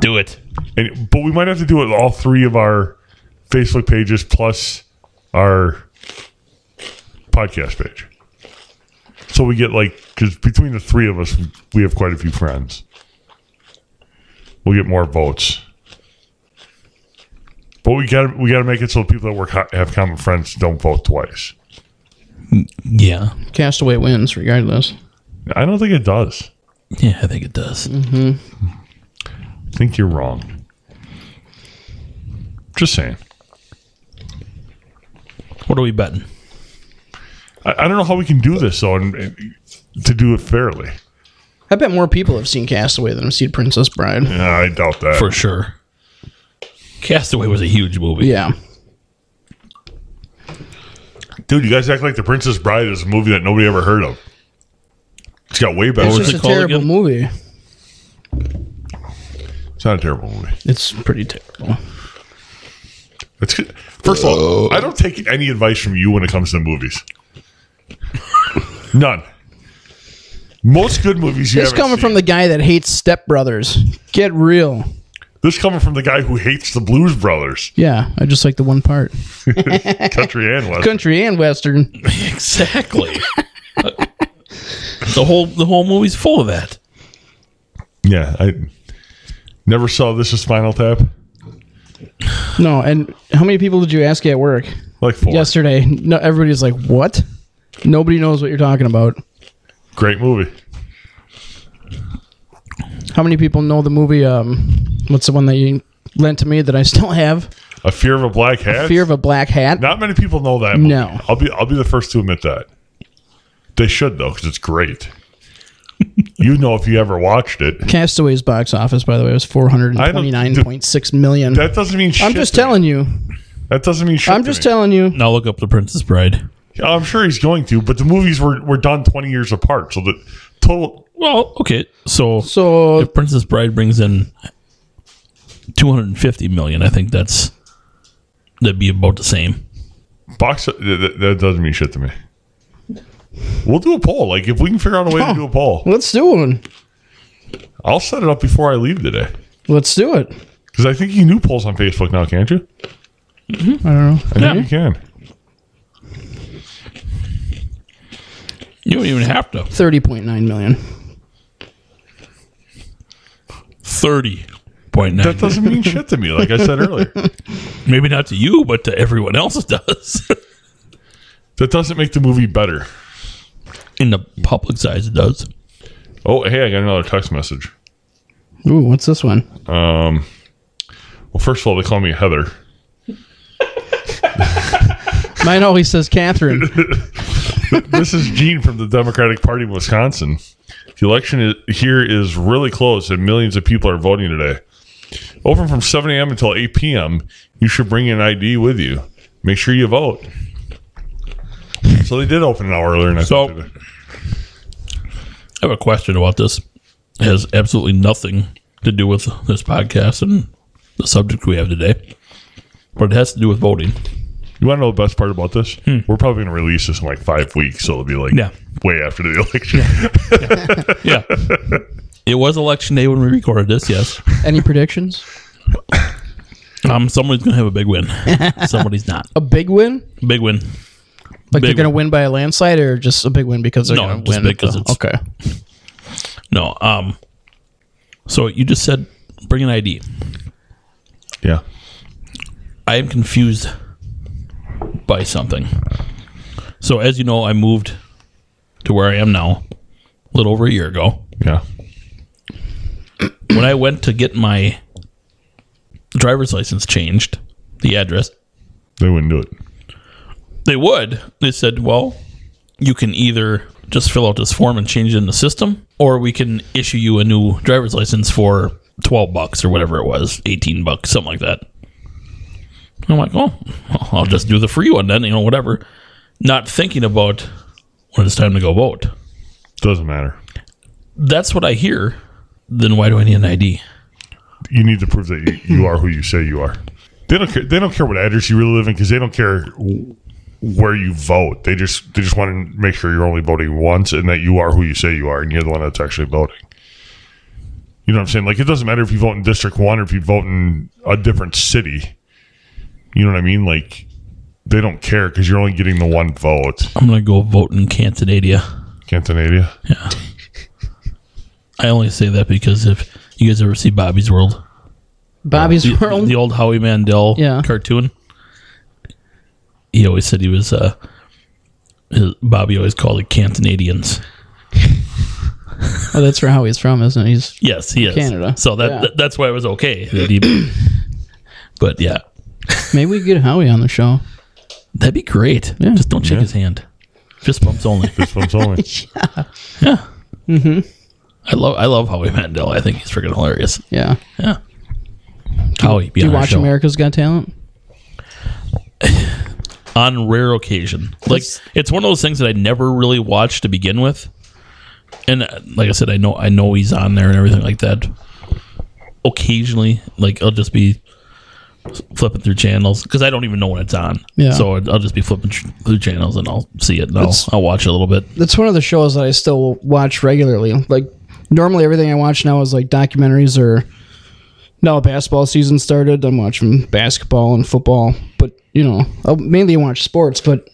D: Do it.
C: and but we might have to do it on all three of our Facebook pages plus our podcast page. So we get like because between the three of us, we have quite a few friends. We'll get more votes, but we got to we got to make it so people that work ho- have common friends don't vote twice.
D: Yeah.
A: Castaway wins regardless.
C: I don't think it does.
D: Yeah, I think it does.
A: Mm.
C: I think you're wrong. Just saying.
D: What are we betting?
C: I, I don't know how we can do this though, and, and to do it fairly.
A: I bet more people have seen Castaway than have seen Princess Bride.
C: Nah, I doubt that.
D: For sure. Castaway was a huge movie.
A: Yeah.
C: Dude, you guys act like The Princess Bride is a movie that nobody ever heard of. It's got way better.
A: It's
D: was
A: just
D: it
A: a
D: called
A: terrible
D: again?
A: movie.
C: It's not a terrible movie.
A: It's pretty terrible.
C: It's good. First of all, I don't take any advice from you when it comes to movies. None. Most good movies you
A: It's
C: haven't
A: coming
C: seen.
A: from the guy that hates Step Brothers. Get real.
C: this coming from the guy who hates the Blues Brothers,
A: Yeah, I just like the one part.
C: country and western.
A: Country and Western.
D: Exactly. Uh, the whole the whole movie's full of that.
C: Yeah, I never saw this as Spinal Tap.
A: No, and how many people did you ask at work
C: Like four.
A: yesterday? No, everybody's like, what? Nobody knows what you're talking about.
C: Great movie.
A: How many people know the movie? Um, what's the one that you lent to me that I still have?
C: A Fear of a Black Hat.
A: Fear of a Black Hat.
C: Not many people know that. Movie.
A: No.
C: I'll be I'll be the first to admit that. They should though, because it's great. you know, if you ever watched it,
A: Castaway's box office, by the way, was four hundred and twenty-nine point six million.
C: that doesn't mean. Shit
A: I'm just
C: to me.
A: telling you.
C: That doesn't mean shit.
A: I'm
C: to
A: just
C: me.
A: telling you.
D: Now look up The Princess Bride.
C: I'm sure he's going to, but the movies were were done 20 years apart, so the total.
D: Well, okay. So,
A: So
D: if Princess Bride brings in 250 million, I think that's that'd be about the same.
C: Box that, that- that doesn't mean shit to me. We'll do a poll. Like if we can figure out a way to do a poll,
A: let's do it.
C: I'll set it up before I leave today.
A: Let's do it.
C: Because I think you can do polls on Facebook now, can't you?
A: I don't know.
C: I
D: Yeah.
C: think you can.
D: You don't even have to.
A: Thirty point nine million.
D: 30.9.
C: That doesn't mean shit to me. Like I said earlier,
D: Maybe not to you, but to everyone else it does.
C: that doesn't make the movie better.
D: In the public's eyes, it does.
C: Oh, hey, I got another text message.
A: Ooh, what's this one?
C: Well, first of all, they call me Heather.
A: Mine always says Catherine.
C: This is Gene from the Democratic Party of Wisconsin. The election i- here is really close, and millions of people are voting today. Open from 7 a.m. until 8 p.m. You should bring an ID with you. Make sure you vote. So they did open an hour earlier. And I
D: So-
C: think they-
D: I have a question about this. It has absolutely nothing to do with this podcast and the subject we have today, but it has to do with voting.
C: you want to know the best part about this? We're probably going to release this in like five weeks, so it'll be like
D: Hmm. Yeah.
C: way after the election.
D: Yeah. it was election day when we recorded this, yes.
A: Any predictions?
D: Um, somebody's going to have a big win. Somebody's not.
A: A big win?
D: Big win.
A: Like
D: Big
A: they're going to win by a landslide, or just a big win because they're
D: No,
A: going to
D: just
A: win?
D: because it's-
A: okay.
D: No. Um. So you just said bring an ID.
C: yeah.
D: I am confused by something. So as you know, I moved to where I am now, a little over a year ago.
C: Yeah.
D: When I went to get my driver's license changed, the address
C: They wouldn't do it.
D: they would. They said, "Well, you can either just fill out this form and change it in the system, or we can issue you a new driver's license for twelve bucks or whatever it was, eighteen bucks, something like that." I'm like, "Oh, I'll just do the free one then, you know, whatever." Not thinking about when it's time to go vote.
C: Doesn't matter.
D: That's what I hear. Then why do I need an ID?
C: you need to prove that you, you are who you say you are. They don't care. They don't care what address you really live in because they don't care w- where you vote. They just they just want to make sure you're only voting once and that you are who you say you are and you're the one that's actually voting. You know what I'm saying? Like it doesn't matter if you vote in District One or if you vote in a different city. You know what I mean? Like they don't care because you're only getting the one vote.
D: I'm gonna go vote in Cantonadia.
C: Cantonadia.
D: I only say that because if you guys ever see Bobby's World,
A: Bobby's
D: the,
A: World.
D: the old Howie Mandel
A: Yeah.
D: cartoon, he always said he was. Uh, his- Bobby always called it Cantonadians.
A: oh, that's where Howie's from, isn't it? He's
D: Yes, he is.
A: Canada.
D: So that,
A: Yeah.
D: that- that's why it was okay. that he- but yeah,
A: maybe we could get Howie on the show.
D: that'd be great.
A: Yeah.
D: Just don't shake his hand. Fist bumps only.
C: This one's only.
D: yeah. Mm-hmm. I love I love Howie Mandel. I think he's freaking hilarious.
A: Yeah.
D: Yeah. Howie, be
A: Do you
D: on our
A: watch
D: show.
A: America's Got Talent?
D: on rare occasion. Like
A: That's-
D: it's one of those things that I never really watched to begin with. And uh, like I said, I know I know he's on there and everything like that. Occasionally, like I'll just be flipping through channels because I don't even know when it's on.
A: Yeah.
D: So I'd- I'll just be flipping tr- through channels and I'll see it and I'll,
A: That's-
D: I'll watch it a little bit.
A: That's one of the shows that I still watch regularly. Like normally, everything I watch now is like documentaries or. Now basketball season started. I'm watching basketball and football, but you know, I mainly watch sports. But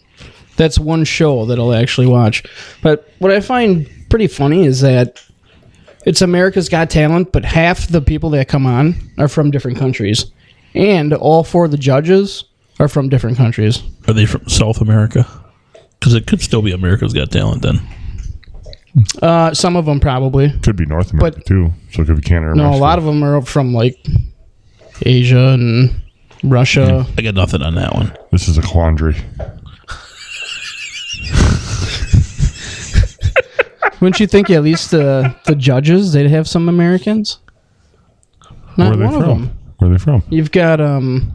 A: that's one show that I'll actually watch. But what I find pretty funny is that it's America's Got Talent, but half the people that come on are from different countries, and all four of the judges are from different countries.
D: Are they from South America? Because it could still be America's Got Talent then.
A: Uh, some of them probably.
C: Could be North America
A: But-
C: too. So it could be Canada. or
A: No, a
C: Mexico.
A: lot of them are from like Asia and Russia.
D: I got nothing on that one.
C: This is a quandary.
A: Wouldn't you think at least the the judges they'd have some Americans?
C: Where
A: Not
C: are they
A: one
C: from?
A: of them.
C: Where are they from?
A: You've got um,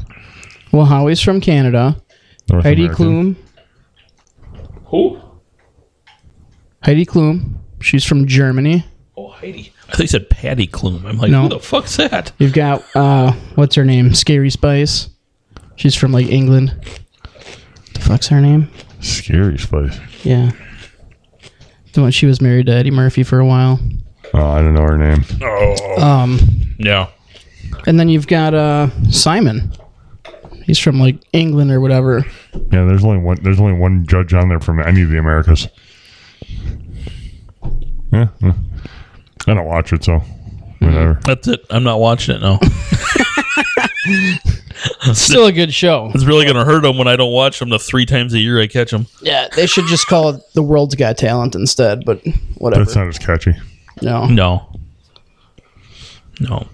A: well Howie's from Canada.
C: North
A: Heidi
C: American?
A: Klum.
D: Who?
A: Heidi Klum. She's from Germany.
D: Oh, Heidi. I thought you said Patty Klum. I'm like,
A: No.
D: who the fuck's that?
A: You've got uh, what's her name? Scary Spice. She's from like England. The fuck's her name?
C: Scary spice.
A: Yeah. The one she was married to Eddie Murphy for a while.
C: Oh, I don't know her name.
A: Um,
D: Yeah.
A: And then you've got uh, Simon. He's from like England or whatever.
C: Yeah, there's only one. There's only one judge on there from any of the Americas. Yeah, yeah. I don't watch it, so
A: Mm-hmm.
C: whatever.
D: That's it. I'm not watching it now.
A: Still a good show.
D: it's really gonna hurt them when I don't watch them the three times a year I catch them.
A: Yeah, they should just call it The World's Got Talent instead, but whatever.
C: That's not as catchy.
A: no.
D: No, no.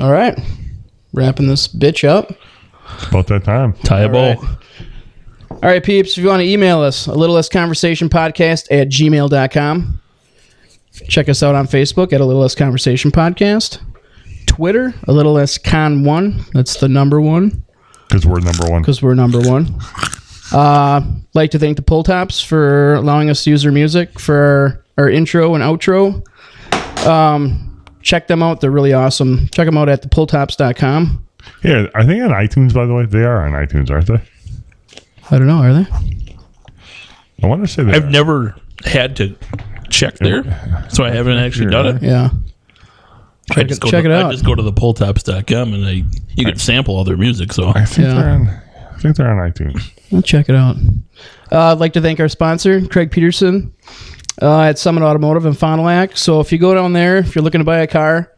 A: All right. Wrapping this bitch up.
C: It's about that time.
D: Tie a
A: All
D: bow.
A: right. All right, peeps, if you want to email us, a little less conversation podcast at gmail.com. Check us out on Facebook at a little less conversation podcast. Twitter, a little less con one. That's the number one.
C: Because we're number one.
A: because we're number one. Uh, like to thank the Pull Tops for allowing us to use their music for our intro and outro. Um, check them out; they're really awesome. Check them out at thepulltops.com.
C: Yeah, I think on iTunes. By the way, they are on iTunes, aren't they?
A: I don't know, are they?
C: I want to say they.
D: I've
C: are.
D: never had to check there, so I haven't actually done it.
A: Yeah,
D: I
A: Check
D: just
A: it-
D: go
A: check
D: to,
A: it
D: I
A: out.
D: just go to the polltaps.com and I you can sample all their music. So
C: I think
A: Yeah.
C: they're on. I think they're on iTunes.
A: I'll check it out. Uh, I'd like to thank our sponsor, Craig Peterson, uh, at Summit Automotive in Fond du Lac. So if you go down there, if you're looking to buy a car,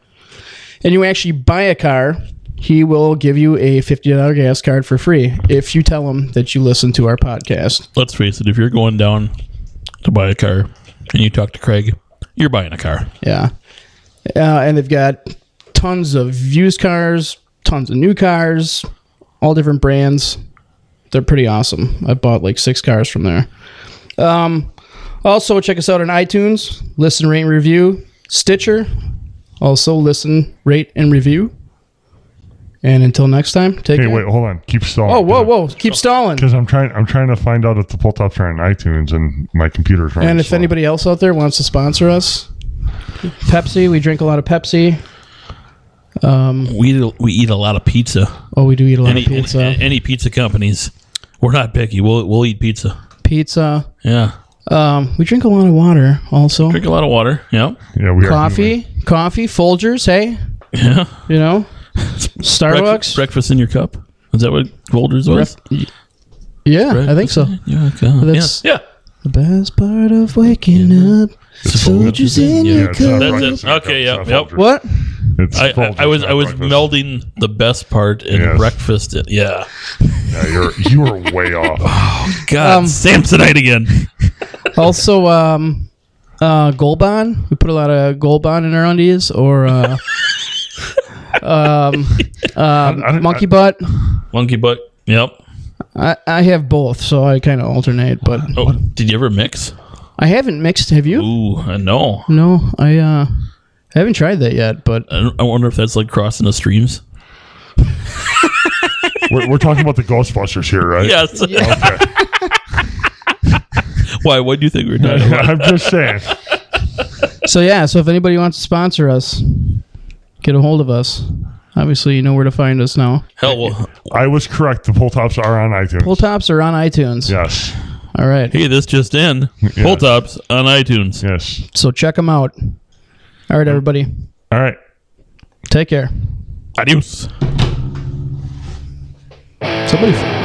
A: and you actually buy a car, he will give you a $50 gas card for free if you tell him that you listen to our podcast.
D: let's face it, if you're going down to buy a car and you talk to Craig, you're buying a car.
A: Yeah. Uh, and they've got tons of used cars, tons of new cars, all different brands. They're pretty awesome. I bought like six cars from there. Um, also, check us out on iTunes. Listen, rate, and review. Stitcher. Also, listen, rate, and review. And until next time, take
C: Hey,
A: care.
C: wait, hold on. Keep stalling.
A: Oh, whoa, whoa. Keep stalling.
C: Because I'm trying. I'm trying to find out if the pull tops are on iTunes, and my computer's running.
A: And if
C: slow.
A: anybody else out there wants to sponsor us, Pepsi, we drink a lot of Pepsi. Um,
D: We eat, we eat a lot of pizza.
A: oh, we do eat a lot
D: Any,
A: of pizza.
D: any any pizza companies, we're not picky. We'll we'll eat pizza.
A: pizza.
D: Yeah,
A: Um, we drink a lot of water. Also,
D: drink a lot of water. Yeah,
C: Yeah, we are human.
A: coffee, coffee, Folgers. Hey,
D: yeah.
A: you know,
D: Breakfast,
A: Starbucks.
D: breakfast in your cup. Is that what Folgers was?
A: yeah, I think so.
D: Yeah, God.
A: That's-
D: yeah. yeah.
A: The best part of waking up. Soldiers in
D: Yeah,
A: your
C: it's not
A: cup.
D: That's it.
C: breakfast in your
D: Okay,
C: cup, it's
D: yep,
C: not
D: yep.
A: What?
C: It's
D: I, I,
C: Folgers,
D: I was
C: not
D: I was
C: breakfast.
D: melding the best part and
C: Yes.
D: breakfast. In, yeah.
C: Yeah, you're, you were way
D: Uh,
C: off.
D: God,
A: Um,
D: Samsonite again.
A: Also, um, uh, Gold Bond. We put a lot of Gold Bond in our undies or uh, um, um,
C: I don't-
A: Monkey Butt.
D: Monkey butt. Yep.
A: I, I have both, so I kind of alternate. But
D: Oh, did you ever mix?
A: I haven't mixed. Have you?
D: Ooh, I know.
A: No, I uh, I haven't tried that yet. But
D: I, I wonder if that's like crossing the streams.
C: we're, we're talking about the Ghostbusters here, right?
D: Yes.
C: Okay.
D: Why? What do you think we're talking about?
C: I'm just saying.
A: so yeah, so if anybody wants to sponsor us, get a hold of us. Obviously, you know where to find us now.
D: Hell, well,
C: I was correct. The pull tops are on iTunes.
A: Pull tops are on iTunes.
C: yes.
A: All right,
D: hey, this just in. Pull tops on iTunes.
C: Yes.
A: so check them out. All right, everybody,
C: All right.
A: take care.
D: Adios.
A: Somebody.